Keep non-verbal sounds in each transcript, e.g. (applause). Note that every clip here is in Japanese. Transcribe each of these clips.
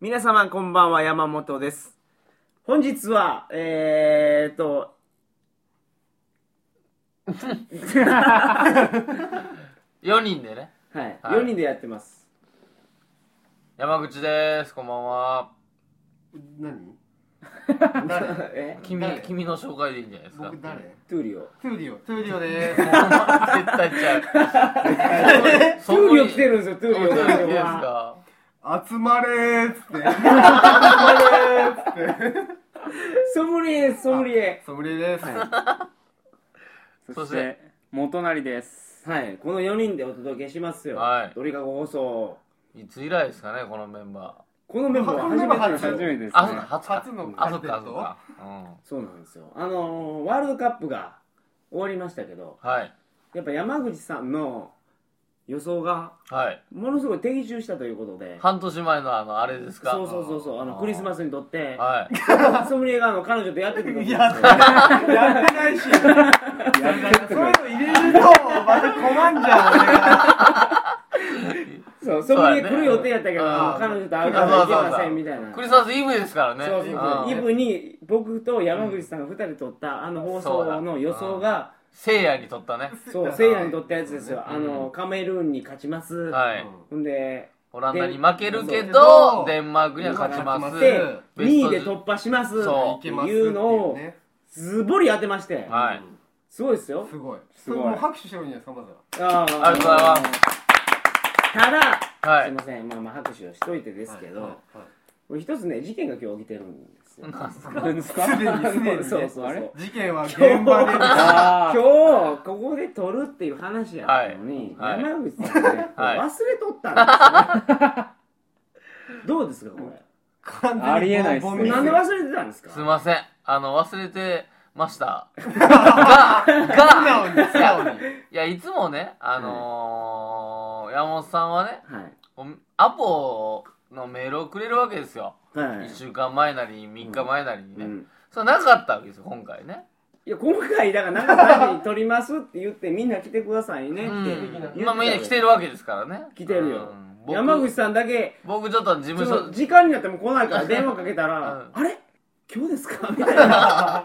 皆様こんばんは、山本です。本日は、えーっと、 4人でねはい、はい4人でやってます。山口ですこんばんは何え君誰君の紹介でいいんじゃないですか僕誰トゥーリオ。トゥーディオトゥーディオで (laughs) 絶対ちゃう (laughs) ートゥーリオ来てるんですよ、トゥートリゥオ。ーリオ今で日すはかす集まれーっつって集まれーっつってソムリエ、ソムリエ。ソムリエです、そそししてて、元成です。はい、この4人でお届けしますよ。はいドリカゴ放送。いつ以来ですかねこのメンバこのメンバこのメンーバー初めて初なんでめすよ。てですねー。あ、そっか初か初のあそっかあ初そのっかうんそうなんですよ。あのー、ワールドカップが終わりましたけど、はいやっぱ山口さんの予想がはいものすごい的中したということで。半年前のあのあれですかそうそうそうそう、あのクリスマスにとって、はいソムリエがあの彼女とやってたと思うんですよやってないやってないしそういうの入れるとまた困んじゃん俺がそう、ソムリエ来る予定やったけど、そうだねうん彼女と会うから行けませんみたいな。クリスマスイブですからねそうそうそう。イんブに僕と山口さんが2人で撮ったあの放送の予想が、せいやにとったねそう、せいやに撮ったやつですよ。あの、カメルーンに勝ちます。はいほんで、オランダに負けるけでそどうデンマークには勝ちまうすんで、ベス2ト位で突破しますっそういてけますっていいううのを、ねズボリ当てまして、はいすごいですよす。ごいすごいそれもう拍手してもいいんじゃないですかまずはあありがとうございますす。ただ、はすいいません、まあまあ拍手をしといてですけど、はいこれ一つね、事件が今日起きてるんですよ。何ですかはいすでにすでに、ね、そうそうそうあれ事件は現場あー今日ここで撮るっていう話やったのに、はいはい山口さんね、はい忘れとったんですよねどうですかこでありえないっすねれいなんで忘れてたんですすいかません。あの、忘れて (laughs) ました。素直に素直にいや、いつもね、あのー山本さんはね、はいこうアポのメールをくれるわけですよ。はい1週間前なり、3日前なりにね。うんそれなかったわけですよ、今回ね。いや今回だから中谷に撮りますって言ってみんな来てくださいねってう言ってんた。今みんな来てるわけですからね。来てるようん僕山口さんだけ僕ちょっと事そ務所、の、時間になっても来ない (laughs) から電話かけたらあれ今日ですかみたい (laughs) な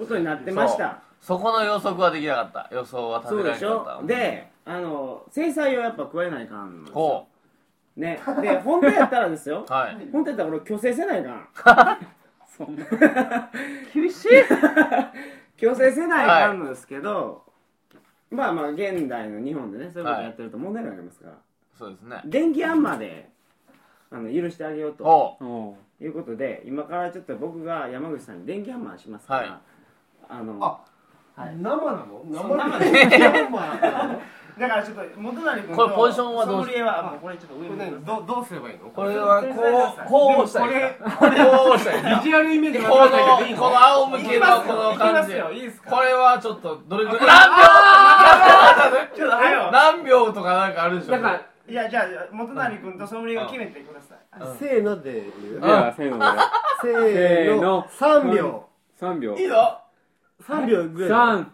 ことになってましたそこの予測はできなかった。予想は立そうてらでれしなかっょた。であの制裁をやっぱ加えないかんのですよほねで本当やったらですよう。はい。本当やったら俺強制せないか (laughs) んそんな厳しい (laughs) 強制せないかんのですけど、まあまあ現代の日本でねそういうことやってると問題になりますから、そうですね。電気アンマーであの許してあげようとほう。おういうことで今からちょっと僕が山口さんに電気アンマーしますから、はいあのあ、生なの生生ででだからちょっと元成君これポジションはどソうしムリエはもうこれちょっと上にどどうすればいいのこれはこう、こう押したいですか。こう押したいですかビジュアルイメージこのがわかんないけどいい、のこの仰向けのこの感じ。いいですこれはちょっと、どれくらいちょっと早いわ何秒何秒とかなんかあるでしょ。だからいやじゃあ元成君とソムリエを決めてくださいうんせーのでじゃあ、せーので。せーの3秒3秒。いいぞ。 3秒ぐらい3、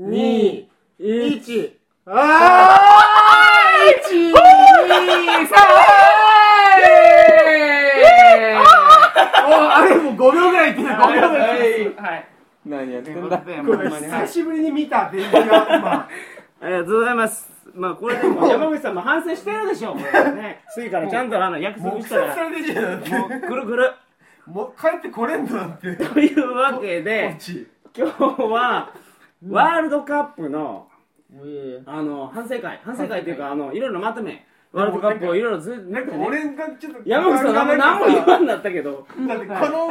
2、1。 1あー1 2 3あれもう5秒ぐらいって5秒ぐらいってはい何やってんというだことでこれ久しぶりに見た電気は今ありがとうございます。まあこれでも山口さんも反省してるでしょう。これはね、次からちゃんとあの (laughs) 約束目したから。されてるじゃんもうくるくる。もう帰ってこれんのなんてというわけこで (laughs) っち今日はワールドカップのあの反省会、反省会というかあのいろいろまとめ。ワールドカップをいろいろずっとね俺がちょっと山口さん何も何も言わんなったけど。だってこの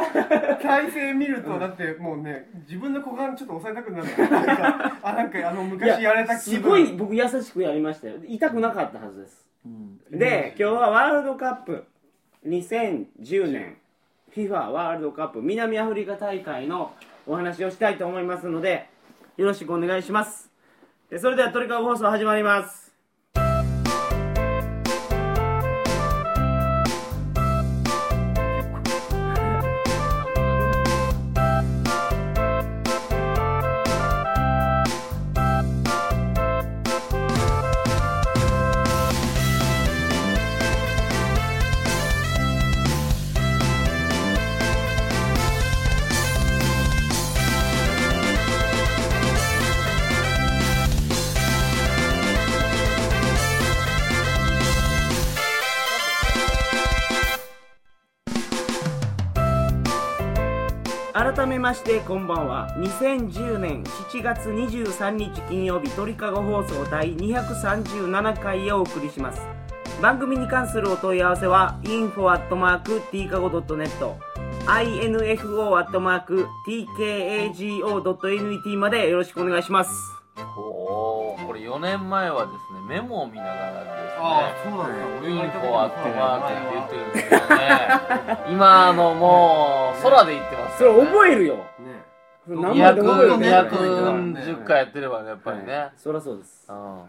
体勢見るとだってもうね自分の股間ちょっと押さえたくなるなんかあなんかあの昔やられた気す分ごい僕優しくやりましたよ。痛くなかったはずです。で、今日はワールドカップ2010年 FIFA ワールドカップ南アフリカ大会のお話をしたいと思いますので、よろしくお願いします。でそれではトリカゴ放送始まります。改めましてこんばんは2010年7月23日金曜日鳥かご放送第237回をお送りします番組に関するお問い合わせは info.tkago.net info.tkago.net までよろしくお願いしますおーこれ4年前はですねメモを見ながらああそうなんだですね俺がうんいた時こあってまーって言ってるんですけどね (laughs) 今あのもう空で言ってますそれ覚えるよね何枚でも覚えるね200 210回やってればねやっぱりね、そりゃそうですうはんい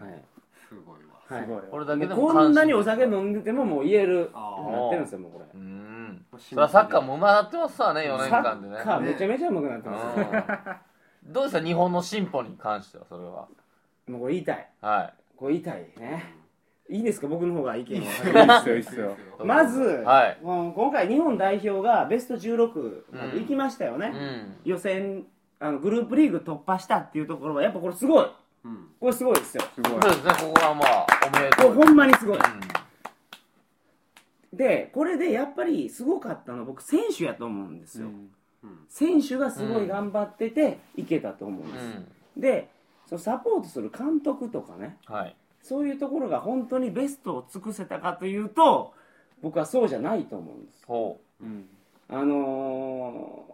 すごいわはいすごい俺だけでももうこんなにお酒飲んでてももう言えるあーなってるんですよもうこれうんそれはサッカーもうまなってますわね4年間でねサッカーめちゃめちゃうまくなってますようんどうですか日本の進歩に関してはそれはもうこれ言いたいはいこれ言いたいねいいですか僕の方が意見をいいっすよいいっすよまず、はいもう今回日本代表がベスト16まで行きましたよね、うん予選あのグループリーグ突破したっていうところはやっぱこれすごいうんこれすごいですよすごそでいうすねここはまあおめでことれうほんまにすごいうんでこれでやっぱりすごかったのは僕選手やと思うんですよ、うん選手がすごい頑張ってていけたと思うんです、でそのサポートする監督とかねうんはいそういうところが本当にベストを尽くせたかというと僕はそうじゃないと思うんですほうんあの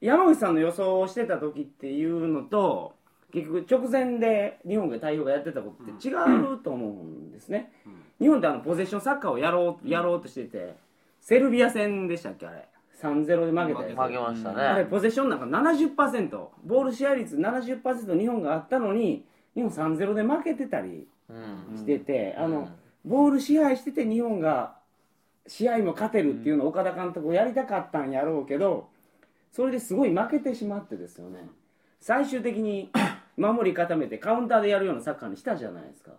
ー山口さんの予想をしてた時っていうのと結局直前で日本が代表がやってたことって違うと思うんですね、日本ってあのポゼッションサッカーをやろうやろうとしててセルビア戦でしたっけあれ3-0で負けたうやつ負けましたあれねポゼッションなんか70%ボールシェア率70%日本があったのに日本3-0で負けてたりうんしてて、あうのんボール支配してて日本が試合も勝てるっていうのを岡田監督やりたかったんやろうけどそれですごい負けてしまってですよね最終的に守り固めてカウンターでやるようなサッカーにしたじゃないですか、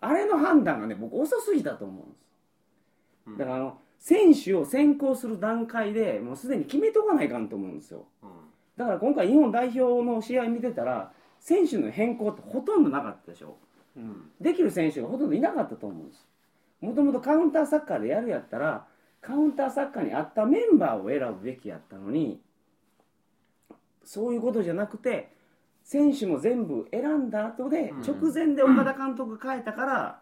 あれの判断がね僕遅すぎたと思うんですだからあの選手を選考する段階でもうすでに決めとかないかんと思うんですよだから今回日本代表の試合見てたら選手の変更ってほとんどなかったでしょうんできる選手がほとんどいなかったと思うんですもともとカウンターサッカーでやるやったらカウンターサッカーに合ったメンバーを選ぶべきやったのにそういうことじゃなくて選手も全部選んだ後でうん直前で岡田監督が変えたから、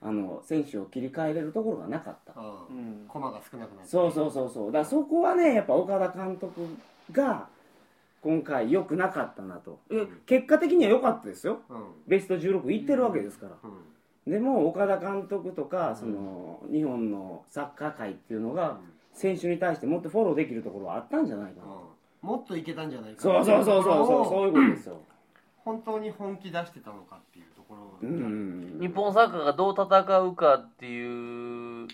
あの選手を切り替えれるところがなかった、あうーん駒が少なくなるそうそうそうそうだからそこはねやっぱ岡田監督が今回良くなかったなと、え結果的には良かったですようんベスト16いってるわけですから、うんでも岡田監督とかその、日本のサッカー界っていうのが選手に対してもっとフォローできるところはあったんじゃないかな、うんもっといけたんじゃないかそうそうそうそうそううそういうことですよ、本当に本気出してたのかっていうところうんうん日本サッカーがどう戦うかっていう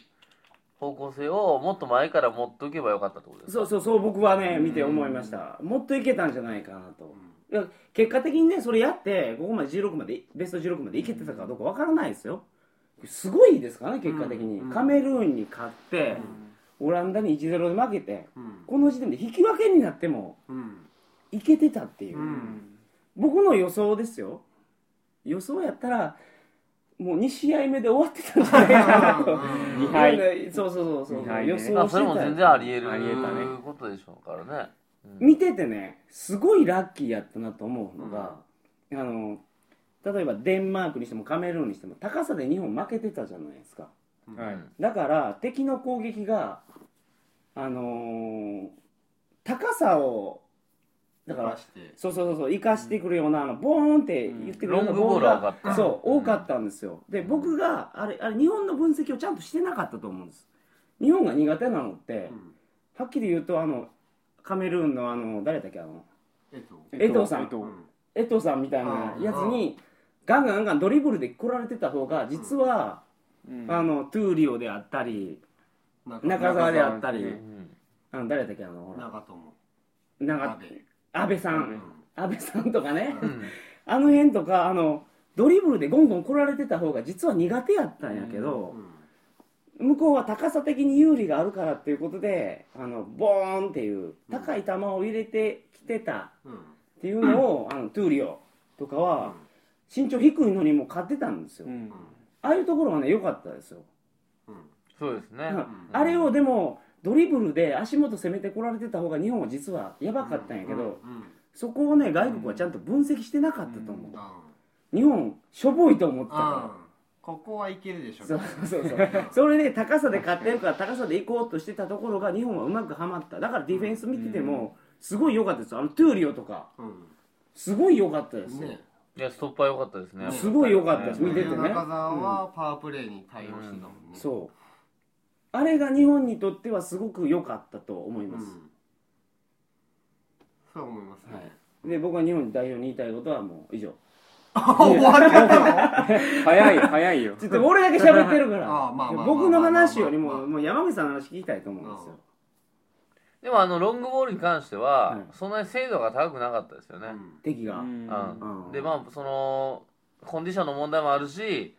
方向性をもっと前から持っておけばよかったってことですそうそうそう僕はね見て思いました、もっといけたんじゃないかなと、いや結果的にねそれやってここまで16までベスト16までいけてたかどうかわからないですよすごいですからね結果的に、うんカメルーンに勝って、オランダに1-0で負けてうんこの時点で引き分けになってもうんいけてたっていう、うん僕の予想ですよ予想やったらもう2試合目で終わってたんじゃないかな (laughs) とうん二敗うんそうそうそうそう、二敗ね予想してまあそれも全然ありえるありえたねことでしょうからね見ててねすごいラッキーやったなと思うのが、あの例えばデンマークにしてもカメルーンにしても高さで日本負けてたじゃないですかはいだから敵の攻撃があのー高さをだから出してそうそうそうそう生かしてくるようなあのボーンって言ってくるようなうんロングボールがは多かったそううん多かったんですよで僕があれあれ日本の分析をちゃんとしてなかったと思うんです日本が苦手なのってうんはっきり言うとあのカメルーンのあの誰だっけあのえっと江藤さん江藤うん江藤さんみたいなやつにガンガンガンガンドリブルで来られてた方が実はうんあのトゥーリオであったり中澤であったりうんあの誰だっけあのほら長友長安安倍さ部ん安倍さんとかねうんあの辺とかあのドリブルでゴンゴン来られてた方が実は苦手やったんやけどう、ん向こうは高さ的に有利があるからっていうことであのボーンっていう高い球を入れてきてたうんっていうのを、あのトゥーリオとかは身長低いのにも勝ってたんですよ、うんああいうところがね良かったですよ、うんそうですねうんあれをでもドリブルで足元攻めてこられてた方が日本は実はやばかったんやけど、そこをね外国はちゃんと分析してなかったと思う、日本しょぼいと思ってたからここはいけるでしょそうそうそうそれで高さで勝ってるから高さで行こうとしてたところが日本はうまくはまっただからディフェンス見ててもすごい良かったですあのトゥーリオとかうすごい良かったですんよ、ねいや、ストッパー良かったですね。すごい良かったです見ててね中澤はパワープレーに対応してたもんねそうあれが日本にとってはすごく良かったと思います、んそう思いますねはい、で僕は日本代表に言いたいことはもう以 (laughs) 上早い早いよちょっと俺だけ喋ってるかああまあまあまらあ僕の話よりもまあもう山口さんの話聞きたいと思うんですよでも、あの、ロングボールに関しては、うんそんなに精度が高くなかったですよね。敵が、ううんんでまあそのコンディションの問題もあるしジ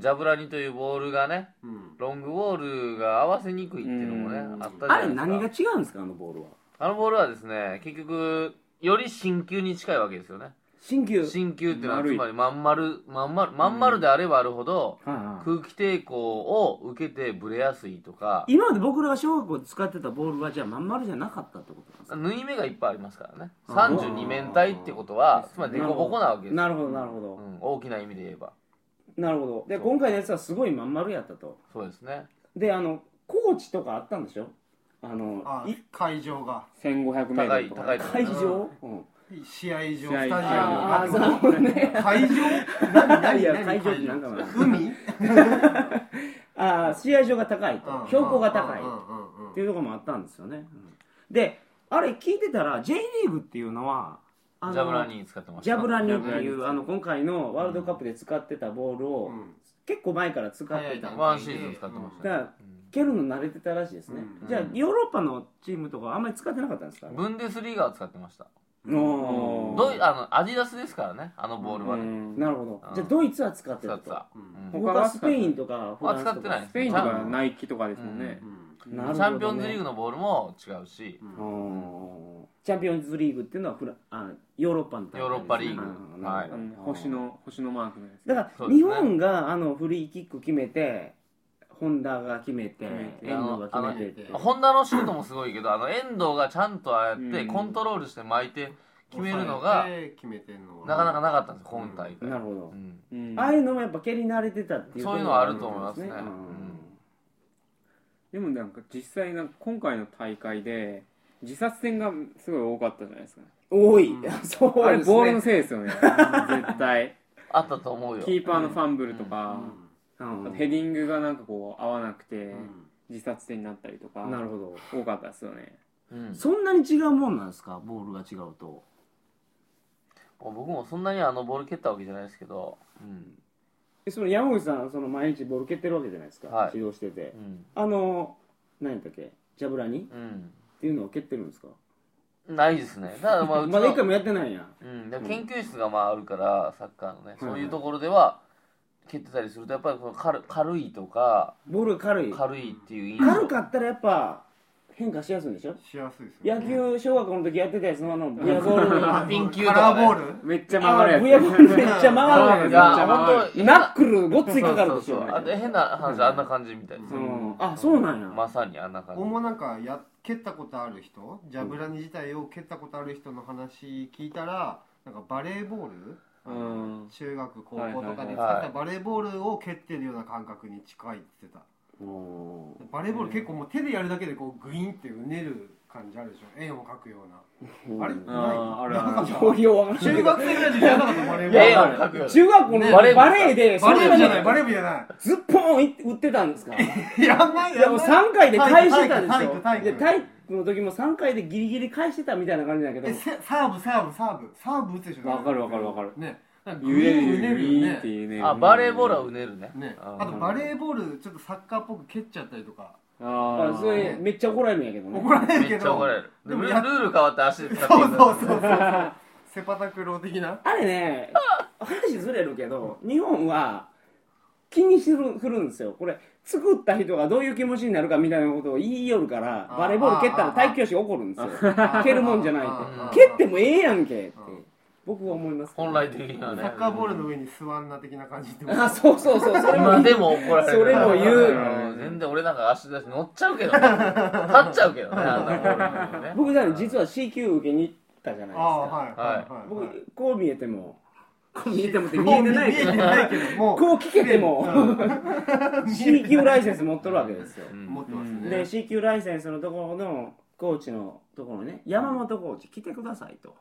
ャブラニというボールがねうんうんロングボールが合わせにくいっていうのもねうんあったじあゃれな何いがですか違うんですかあのボールはあのボールはですね結局より新球に近いわけですよね新球新球っていうのはつ丸いまりまん丸まん丸まん丸であればあるほどはいはい空気抵抗を受けてブレやすいとか今まで僕らが小学校で使ってたボールはじゃあまん丸じゃなかったってことなんですか縫い目がいっぱいありますからねあー32面体ってことはつまり凸凹なわけですよなるほどなるほど、うん大きな意味で言えばなるほどで今回のやつはすごいまん丸やったとそうですねであのコーチとかあったんでしょあのあい会場が 1500m 高ルいとか高いとこ会場、うん、試合場ス試タジア合あムああそうね会場何何いや何会場ってなんかな海ああ試合場が高いと標高が高いっていうところもあったんですよね、うんであれ聞いてたら J リーグっていうのはあのジャブラニー使ってましジたャブラニーってジャいブうあの今回のワールドカップで使ってたボールを結構前から使ってた早いだなワンシーズン使ってましかたね、ら蹴るの慣れてたらしいですね、うんじゃあヨーロッパのチームとかはあんまり使ってなかったんですかブンデスリーガーを使ってましたおードイあのアディダスですからねあのボールはね、なるほどうんじゃあドイツは使って使たってとた、うん他はスペインとかフランスとか使ってないですスペインとかナイキとかですもんね、なうるほどねんチャンピオンズリーグのボールも違うし、うんチャンピオンズリーグっていうのはフラあヨーロッパの大会ですねヨーロッパリーグうんはいあなるのほど星の星のマークのやつだからそうです日ね本があのフリーキック決めて本田が決めてう遠藤が決めてってあのホンダのシュートもすごいけどあの遠藤がちゃんとああやってうんコントロールして巻いて決めるのが決めてんのなかなかなかったんです今大会、なるほどうんうんああいうのもやっぱ蹴り慣れてたっていうそういうのはあると思いますねうんでもなんか実際なんか今回の大会で自殺戦がすごい多かったじゃないですか、多いあ (laughs) そうれですボールのねせいですよね絶対あったと思うよキーパーのファンブルとか、うんヘディングがなんかこう合わなくて自殺点になったりとかなるほど多かったですよねうんそんなに違うもんなんですかボールが違うと僕もそんなにあのボール蹴ったわけじゃないですけど、うんえその山口さんその毎日ボール蹴ってるわけじゃないですか、はい指導しててうんあの何やったっけジャブラニっていうのを蹴ってるんですかうん、ないですねただまあう (laughs) ちまだ一の回もやってないんやうん、でも研究室がまああるからサッカーのね、うんそういうところでは蹴ってたりするとやっぱりこの軽軽いとかボールが軽い軽いっていう印象軽かったらやっぱ変化しやすいんでしょしやすいです野球小学校の時やってたやつのあのブヤボール (laughs) にピン球とカか、ラね、ーボールめっちゃあー回るやつブヤボールめっちゃ回回るるいややめっちゃ本当つナックルごっついかかるでしょそうそうそうああれで変な話あんな感じみたいです、うんあそうなんやまさにあんな感じ僕もなんかや蹴ったことある人ジャブラニ自体を蹴ったことある人の話聞いたらなんかバレーボールうん中学高校とかはでいはい使はっいたバレーボールを蹴ってるような感覚に近いって言ってたおバレーボール結構もう手でやるだけでこうグインってうねる感じあるでしょ円を描くようなあれあーなあいるある (laughs) なんかーようわからんけど中学生ぐらいの時やらなかったバレーボやいやール描くよ中学校のねバレーでそバレんーな部じにゃないバレー部じゃなズッポーンい打ってたんですかいやんないいやもう3回で返してたでし体ょ育体育体育で体育の時も3回でギリギリ返してたみたいな感じだけどえせサーブサーブサーブサーブ打つでしょわかるわかるわかるねなんか揺れグイるーン揺れうるねっていうねあバレーボールはうねるねねああとバレーボールちょっとサッカーっぽく蹴っちゃったりとかああーそれめっちゃ怒られるんやけどね怒られるめけっちゃど怒られるででももルやール変わって足で使っていそうくそうそうそうセパタクロー的なあれね話ずれるけど日本は気にするするんですよこれ作った人がどういう気持ちになるかみたいなことを言いよるからあーバレーボール蹴ったらあー体育教師怒るんですよあー蹴るもんじゃないっあーて蹴ってもええやんけってうん僕は思いますけど本来的にはサねッカーボールの上にスワンナ的な感じってことあそうそうそうそれも今でも怒られるそれも言うん全然俺なんか足出し乗っちゃうけどね立っちゃうけどねあんなボールにね (laughs) 僕だから実は C 級受けに行ったじゃないですかああはいはいはい、はい、僕こう見えてもこう見えてもって見もえうて見ないけえどてないけどもうこう聞けても (laughs) うん C 級ライセンス持っとるわけですようん持ってますね、で C 級ライセンスのところのコーチのところにね山本コーチ来てくださいと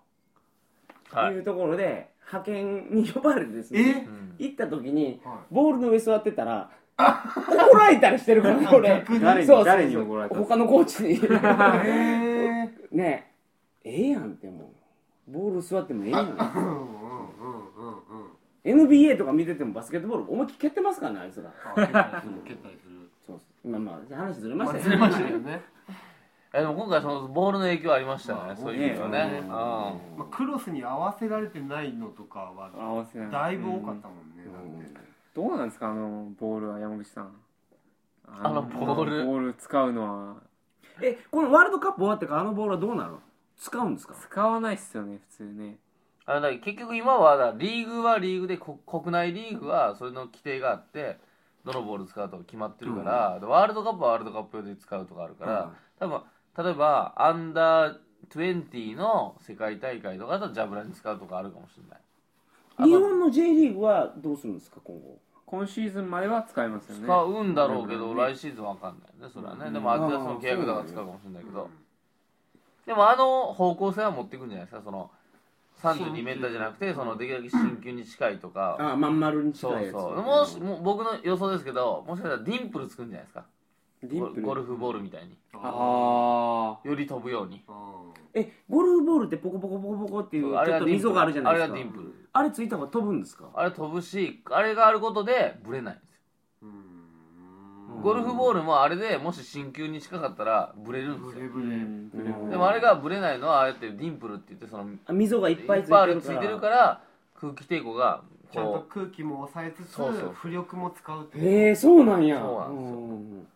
はいいうところで派遣に呼ばれてですえねうん行った時にはいボールの上座ってたら怒られたりしてるからね俺逆に誰にそうそう誰に怒られた他のコーチにえーねえええやんってもうボール座ってもええやんうんうんうんうんうん NBA とか見ててもバスケットボール思いっきり蹴ってますからねあいつらあ蹴ったりする蹴ったりするそうそうまあまあ話ずれまましたよあずれ (laughs) ましたよねえでも今回そのボールの影響ありましたねそういう意味ではねねうまあ、クロスに合わせられてないのとかは合わせないだいぶ多かったもんね、だってどうなんですかあのボールは山口さんあのボールボール使うのはえこのワールドカップ終わってからあのボールはどうなるの使うんですか使わないっすよね普通ねあだから結局今はだからリーグはリーグでこ国内リーグはそれの規定があってどのボール使うとか決まってるから、でワールドカップはワールドカップ用で使うとかあるから、多分例えばアンダー20の世界大会とかだとジャブラに使うとかあるかもしれないあと日本の J リーグはどうするんですか今後今シーズンまでは使いますよね使うんだろうけど、ね来シーズンわかんないねそれはね、でもうんアディダスの契約だから使うかもしれないけど、でもあの方向性は持っていくんじゃないですかその3 2メーターじゃなくてそのできるだけ新球に近いとか、ああまん丸に近そういやつそうもしもう僕の予想ですけどもしかしたらディンプル作るんじゃないですかディンプルゴゴルフボールみたいにあより飛ぶようにうんえゴルフボールってポコポコポコポコっていうちょっと溝があるじゃないですかあれはディンプルあれついた方が飛ぶんですかあれ飛ぶしあれがあることでブレないんですうんよゴルフボールもあれでもし新球に近かったらブレるんでブすレよブあうレ、んブレブレでもあれがブレないのはああやってディンプルって言ってそのいっあ溝がいっぱぱいいついあてるるかつらいてるから空気抵抗がちゃんこと空気も抑えつつそうそう浮力も使うっていうへえそうなんやそうなんですようん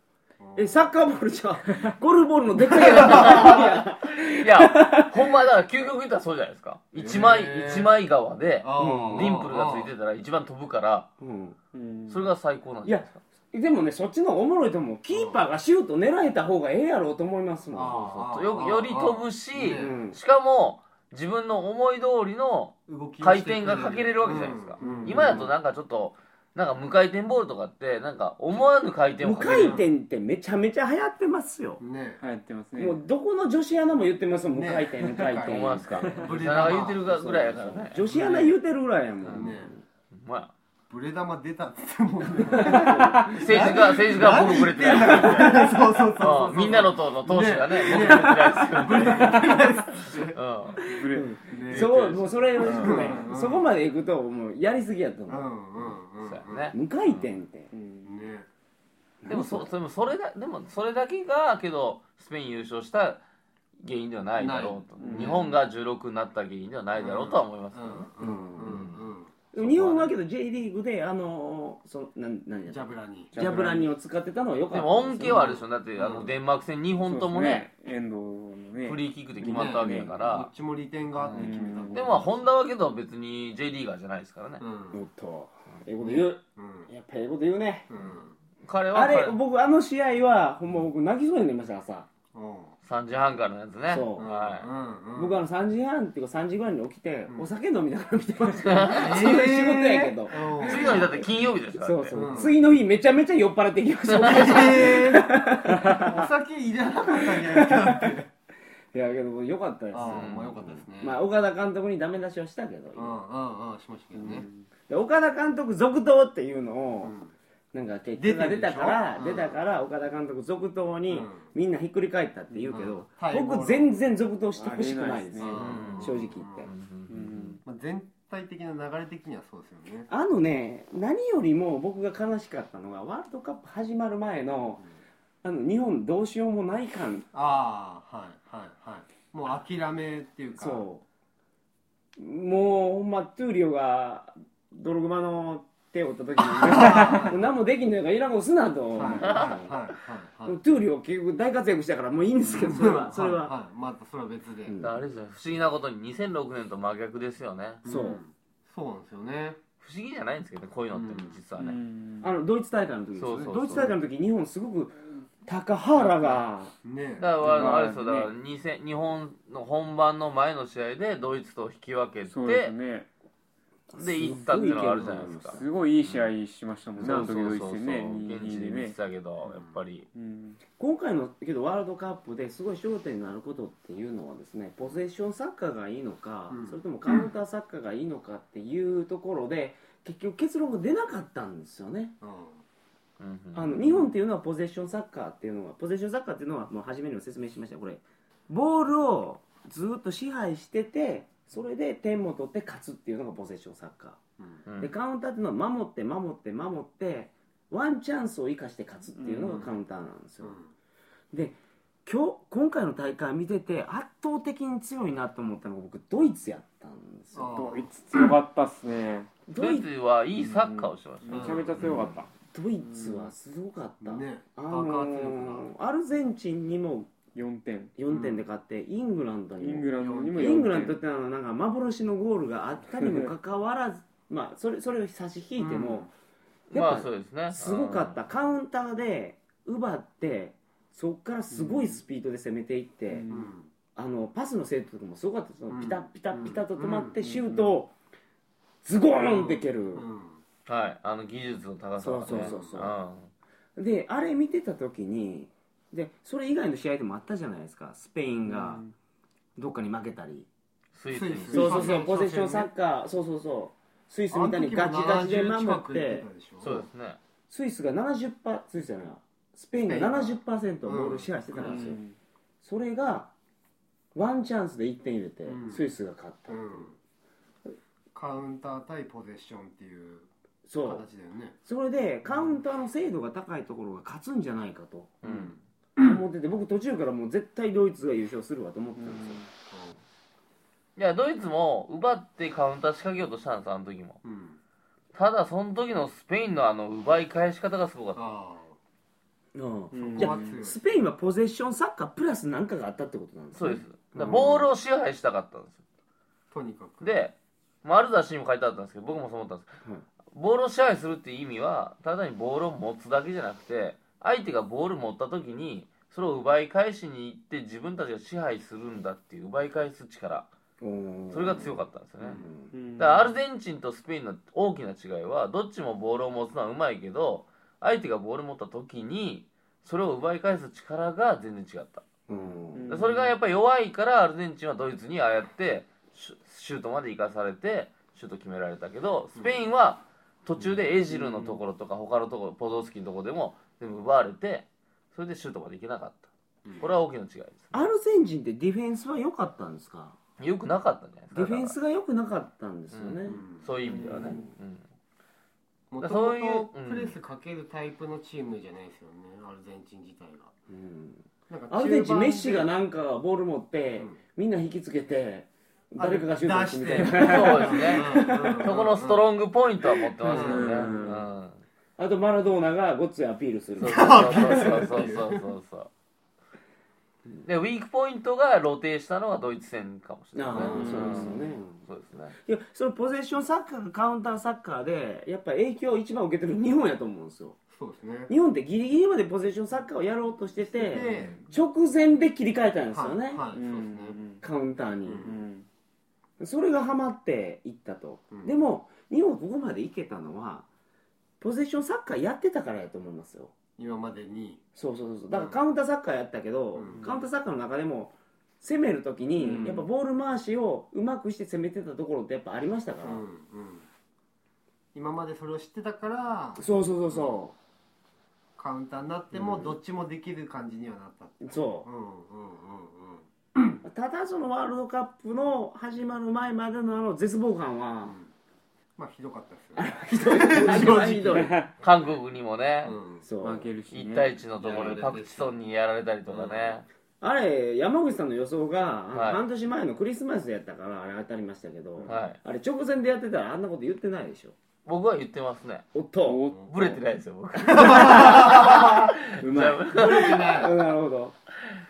えサッカーボールじ (laughs) ゃゴルフボールのでっかいやういやほんまだから究極言ったらそうじゃないですか一枚へー一枚側であーディンプルがついてたら一番飛ぶからつ、うんうんそれが最高なんじゃないですかでもねそっちの方がおもろいと思うキーパーがシュート狙えた方がええやろうと思いますもんあそうそうーよより飛ぶし、ねうんしかも自分の思い通りの動きを回してく転がかけれるわけじゃないですか、うんうん今だとなんかちょっとなんか無回転ボールとかってなんか思わぬ回転を無かけれ回る転ってめちゃめちゃ流行ってますよ、ね流行ってますねもうどこの女子アナも言ってますもん無回転ね無回転思いますかブレなんか言ってるがぐらいやからね女子アナ言うてるぐらいやもん、ねほんまブレ玉出たっつってもね (laughs) あ政治家政治家僕ぶれ (laughs) てないそうそうそうそううんみんなの党の党首がね僕ぶれてないですよ、ブレねそうもうそれを含めう (laughs) んそこまでいくともうやりすぎやとう思う、んうんう、うんんそうやね無回転って、ねでもそでもそれだでもそれだけがけどスペイン優勝した原因ではないだろうと、ない日本が16になった原因ではないだろうとは思いますけうどね、んうんうん日本はけど J リーグであのー、そのなんなんうやんジャブラにジャブラニを使ってたのは良かったでも恩恵はあるでしょだって、うんあのデンマーク戦2本ともねそうです遠藤のねフリーキックで決まったわけだかどらっ、ちも利点があって決めたでもまあ本田はけど別に J リーガーじゃないですからね、うんおっとええこと言ううんやっぱええこと言うねうん彼はあれ彼僕あの試合はほんま僕泣きそうになりました朝うん3時半からのやつねそうはうんうん僕あの3時半っていうか3時ぐらいに起きて、うんお酒飲みながら見てました、 (laughs) 仕事仕事やけど、うい、ん次の日だって金曜日ですからそねうそう、うん次の日めちゃめちゃ酔っ払ってきました (laughs) えーお酒いらなかったんじゃないかなって (laughs) いやけど良かったですあよあまあよかったですねまあ岡田監督にダメ出しはしたけど、うんうんうんしましたけどねで岡田監督続投っていうのうを、んなんか結果が出たから出出てるでしたょから岡田監督続投うにんみんなひっくり返ったって言うけど、うんはい僕全然続投してほしくないです、あうりえん正直言って、うんうんまあ全体的な流れ的にはそうですよねあのね何よりも僕が悲しかったのがワールドカップ始まる前のあの日本どうしようもない感ああはいはいはいもう諦めっていうかそうもうほんまトゥーリオがドログマの手を打った時にもう何もできんのやからいらんことすなと、はいはいはいではもいトゥーリオ結局大活躍したからもういいんですけどそれはそれは、いいまたそれは別で、うんだからあれですよね不思議なことに2006年と真逆ですよねそうんそうなんですよね不思議じゃないんですけどねこういうのってうん実はね、あのドイツ大会の時ですよねそうそうそドうイツ大会の時日本すごく高原がねだからあのまああれですよだからね2000日本の本番の前の試合でドイツと引き分けてそうですねで行ったっていうのがあるじゃないですかすごいいい試合しましたもんね、そあのうそ時ドうイそうそうツ戦ね現地で2-2見でてね、たけどやっぱりうん、今回のけどワールドカップですごい焦点になることっていうのはですねポゼッションサッカーがいいのか、うんそれともカウンターサッカーがいいのかっていうところで結局結論が出なかったんですよね、うんうんうんあの日本っていうのはポゼッションサッカーっていうのはポゼッションサッカーっていうのはもう初めにも説明しましたこれボールをずっと支配しててそれで点も取って勝つっていうのがポゼッションサッカーうんうんでカウンターっていうのは守って守って守ってワンチャンスを生かして勝つっていうのがカウンターなんですよ、で今日今回の大会見てて圧倒的に強いなと思ったのが僕ドイツやったんですよあドイツ強かったっすねドドイイツはいいサッカーをしてましためねちゃめちゃ強かった、ドイツはすごかった、あねあ爆発力がのーアルゼンチンにも4点4点で勝って、イングランドイにングもランドにも4イ点ングランドってのはなんか幻のゴールがあったにもかかわらずまあそれそれを差し引いても、やっまぱあそうですねすごかったカウンターで奪ってそっからすごいスピードで攻めていって、うんうんあのパスの精度とかもすごかったそのうんピタッピタッピタッと止まっうてんシュートをズゴーンって蹴るう、んはいあの技術の高さがねそうそうそうそうんであれ見てた時にでそれ以外の試合でもあったじゃないですかスペインがどっかに負けたり、スイスにスイスそうそうそううんポゼッションサッカーそうそうそうスイスみたいにガチガチで守ってそうですねスイスが70パースイスじゃないスペインが70%ボール支配してたうんんですよ、それがワンチャンスで1点入れて、うんスイスが勝った、カウンター対ポゼッションっていうそう形だよねそれでカウンターの精度が高いところが勝つんじゃないかとううんん思ってて僕途中からもう絶対ドイツが優勝するわと思ってたんですよ、いやドイツも奪ってカウンター仕掛けようとしたんですあの時もうんただその時のスペインのあの奪い返し方がすごかったあうんうんあじゃあここは強いスペインはポゼッションサッカープラス何かがあったってことなんですそうねですだからボールを支配したかったんですよとにかくで、まあ、ある雑誌にも書いてあったんですけど僕もそう思ったんです、はいボールを支配するっていう意味はただにボールを持つだけじゃなくて相手がボール持った時にそれを奪い返しに行って自分たちが支配するんだっていう奪い返す力それが強かっかったんですよね、ううんだからアルゼンチンとスペインの大きな違いはどっちもボールを持つのはうまいけど相手がボール持った時にそれを奪い返す力が全然違ったた、うんうんでそれがやっぱり弱いからアルゼンチンはドイツにああやってシュシュートまで行かされてシュート決められたけどスペインは途中でエジルのところとか他のところポドフスキのところでも全部奪われてそれでシュートまで行けなかったこれは大きな違いですアルゼンチンってディフェンスは良かったんですか良くなかったんじゃないですディかフェンだスが良くなかったんですよね、からそういう意味ではね、 (laughs) うんもだとからそういうもとうんプレスかけるタイプのチームじゃないですよねアルゼンチン自体がうんなんアルゼンチンメッシがなんかボール持って、みんな引きつけて誰かがシュート打つみたいなそうですね (laughs) そこのストーロングポイントは持ってますよね。ううんん。あとマラドーナがごっついアピールするそうそうそうそうそうそうそう。でウィークポイントが露呈したのがドイツ戦かもしれないああね。そうですよね、うん。そうですね。いやそのポゼッションサッカーカウンターサッカーでやっぱ影響を一番受けてるの日本やと思うんですよそうですね日本ってギリギリまでポゼッションサッカーをやろうとしててで直前で切り替えたんですよね、はいはいそううですんねカウンターに、うんうんそれがハマっていったと、うんでも日本がここまでいけたのはポゼッションサッカーやってたからやと思いますよ今までにそうそうそうそうだからカウンターサッカーやったけど、うんカウンターサッカーの中でも攻めるときに、うんやっぱボール回しをうまくして攻めてたところってやっぱありましたかうら、んうん今までそれを知ってたからそうそうそうそカウンターになってもどっちもできる感じにはなったうそううんうんうんうんただそのワールドカップの始まる前までのあの絶望感 (laughs) はまあひどかったですよね。ひどいひどい韓国にもね、そう負けるし、ね、一対一のところでパクチソンにやられたりとかね。あれ山口さんの予想が、あのはい半年前のクリスマスやったからあれ当たりましたけど、はいあれ直前でやってたらあんなこと言ってないでしょ僕は言ってますねおっとおブレてないですよ僕いう (laughs) まい (laughs) なるほど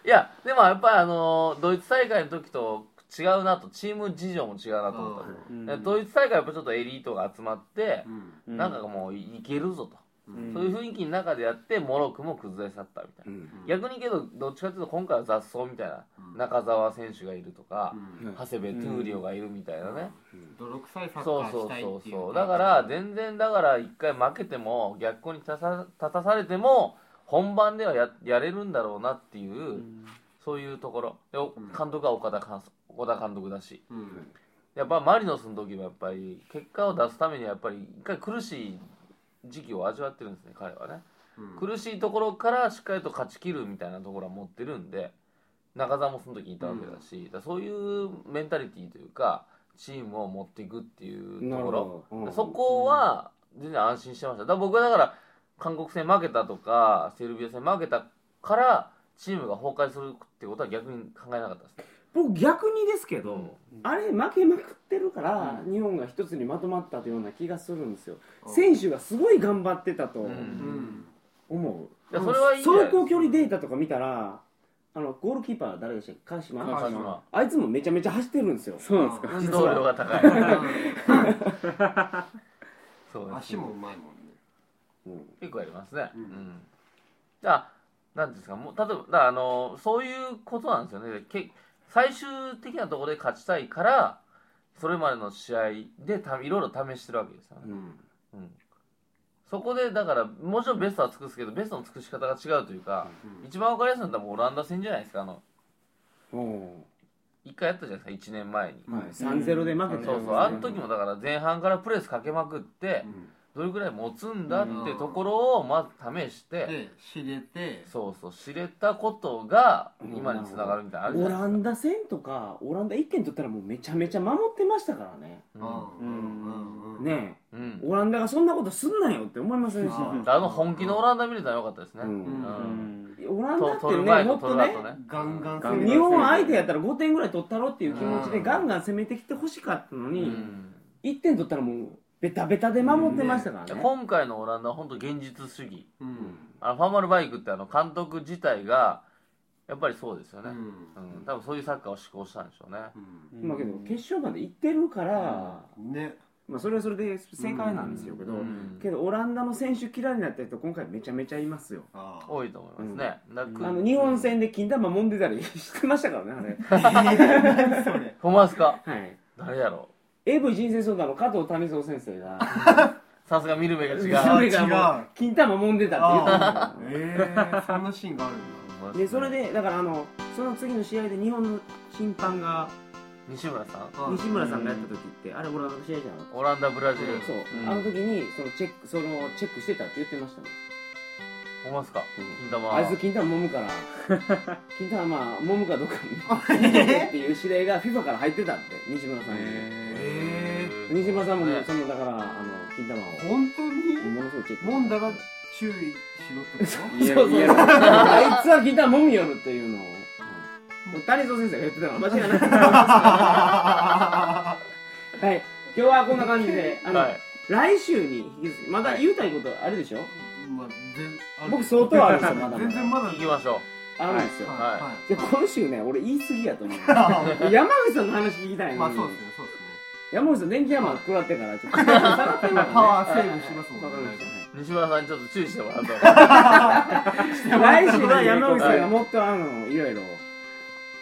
やでもやっぱりあのドイツ大会の時と違うなとチーム事情も違うなと思った、うんでドイツ大会はやっぱちょっとエリートが集まって、うんなんかもういけるぞと、うんそういう雰囲気の中でやってもろくも崩れ去ったみたいな、逆にけどどっちかっていうと今回は雑草みたいな、中澤選手がいるとか、長谷部闘莉王がいるみたいなね、泥臭いサッカそうーそしうたいそっうていうそうかだから全然だから一回負けても逆光に立たさ立たされても本番ではややれるんだろうなっていう、そういうところでおん監督は岡田監岡田監督だしうんやっぱマリノスの時もやっぱり結果を出すためにはやっぱり一回苦しい時期を味わってるんですね彼はね、うん苦しいところからしっかりと勝ち切るみたいなところは持ってるんで中澤もその時いたわけだし、だからそういうメンタリティーというかチームを持っていくっていうとなるこほろど、うんそこは全然安心してましただから僕はだから韓国戦負けたとかセルビア戦負けたからチームが崩壊するってことは逆に考えなかったですね僕逆にですけど、あれ負けまくってるから、日本が一つにまとまったような気がするんですよ、選手がすごい頑張ってたとう思う、うんんいやそれはいいんじゃない走行距離データとか見たらあのゴールキーパー誰でしたっけ川島川島あいつもめちゃめちゃ走ってるんですよそうなんですか運動量が高い (laughs) そうです足もうまいもんね結構やりますね、うんんじゃあ何ですかもう例えばだからあのそういうことなんですよねけ最終的なところで勝ちたいからそれまでの試合でたいろいろ試してるわけですよね、うんうんそこでだからもちろんベストは尽くすけどベストの尽くし方が違うというか、一番分かりやすいのは多分オランダ戦じゃないですかあのうん1回やったじゃないですか1年前に、はい、3-0で負けたそうそうあの時もだから前半からプレスかけまくって、んどれくらい持つんだってところをまず試して、で知れてそうそう知れたことがうん今につながるみたいなのあるじオゃないランダ戦とかオランダ1点取ったらもうめちゃめちゃ守ってましたからねですうかんうんうんねうん、えオランダがそんなことすんなよって思いませんでしたああの本気のオランダ見れたらよかったですね、うんうんオランダとって取るね前もとっ取とねる後ねガンガンガンガン日本相手やったら5点ぐらい取ったろっていう気持ちでガンガン攻めてきてほしかったのうに、ん1点取ったらもうベタベタで守ってましたからね、今回のオランダは本当現実主義うんあのファーマルバイクってあの監督自体がやっぱりそうですようね、んうん多分そういうサッカーを志向したんでしょうね、うんまあけど決勝まで行ってるから、ねまあ、それはそれで正解なんですよけど、うんけどオランダの選手嫌いになった人今回めちゃめちゃいますよああ多いと思いますね、だかあらの日本戦で金玉揉んでたりしてましたからね何それほんまですかあれはい誰やろ AV 人生相談の加藤谷蔵先生がうさすが見る目が違う違う娘がもう金玉揉んでたって言ってましたからねええそんなシーンがあるんだほんまですそれでだからあのその次の試合で日本の審判が西村さんああ西村さんがやった時ってあれ俺の試合じゃなかっオランダブラジル、たそう、うんあの時にそのチェックそのチェックしてたって言ってましたねほんまですか金玉あいつ金玉揉むから金玉まあ揉むかどうか (laughs) っていう指令が FIFA から入ってたって西村さんに、え西村さんもねねそのだからあの金玉えを本当にものすごいチェックもんだら注意しろって (laughs) こ言えそうそう言えあいつは金玉揉みよるっていうのを、うん、谷蔵先生が言ってたから間違いないと思います (laughs) はい今日はこんな感じであの、はい来週に引き続きまだ言うたいことあるでしょ、とまあ全ある僕相当あるんですよまだまだ全然まだ行きましょあるんですよ、はいで今週ね俺言い過ぎやと思う山口さんの話聞きたいのに、 (laughs) まあそうですねそうですね山口さん電気山食らってからちょっと下が (laughs) ってるからねパワーセーブしますもわかりんまねしたはいう西村さんにちょっと注意してもらう (laughs) と来週は山口さんがもっとあのいろいろ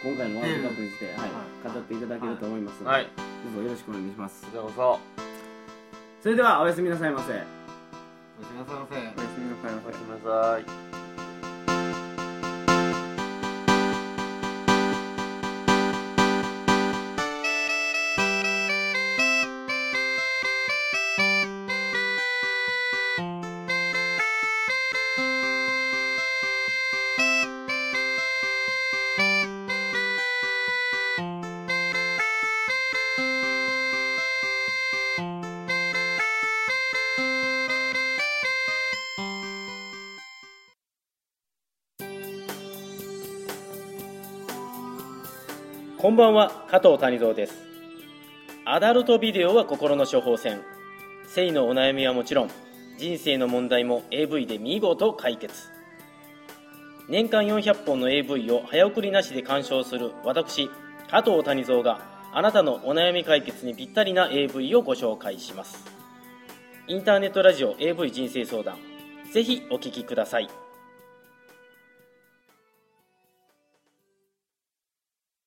今回のワールドカップについて、はいはい語っていただけると思いますので、はいどうぞよろしくお願いしますこちらこそそれではおやすみなさいませおやすみなさいませおやすみなさいまおやせすみなさいこんばんは、加藤谷蔵です。アダルトビデオは心の処方箋。性のお悩みはもちろん人生の問題も AV で見事解決年間400本の AV を早送りなしで鑑賞する私加藤谷蔵があなたのお悩み解決にぴったりな AV をご紹介しますインターネットラジオ AV 人生相談ぜひお聞きください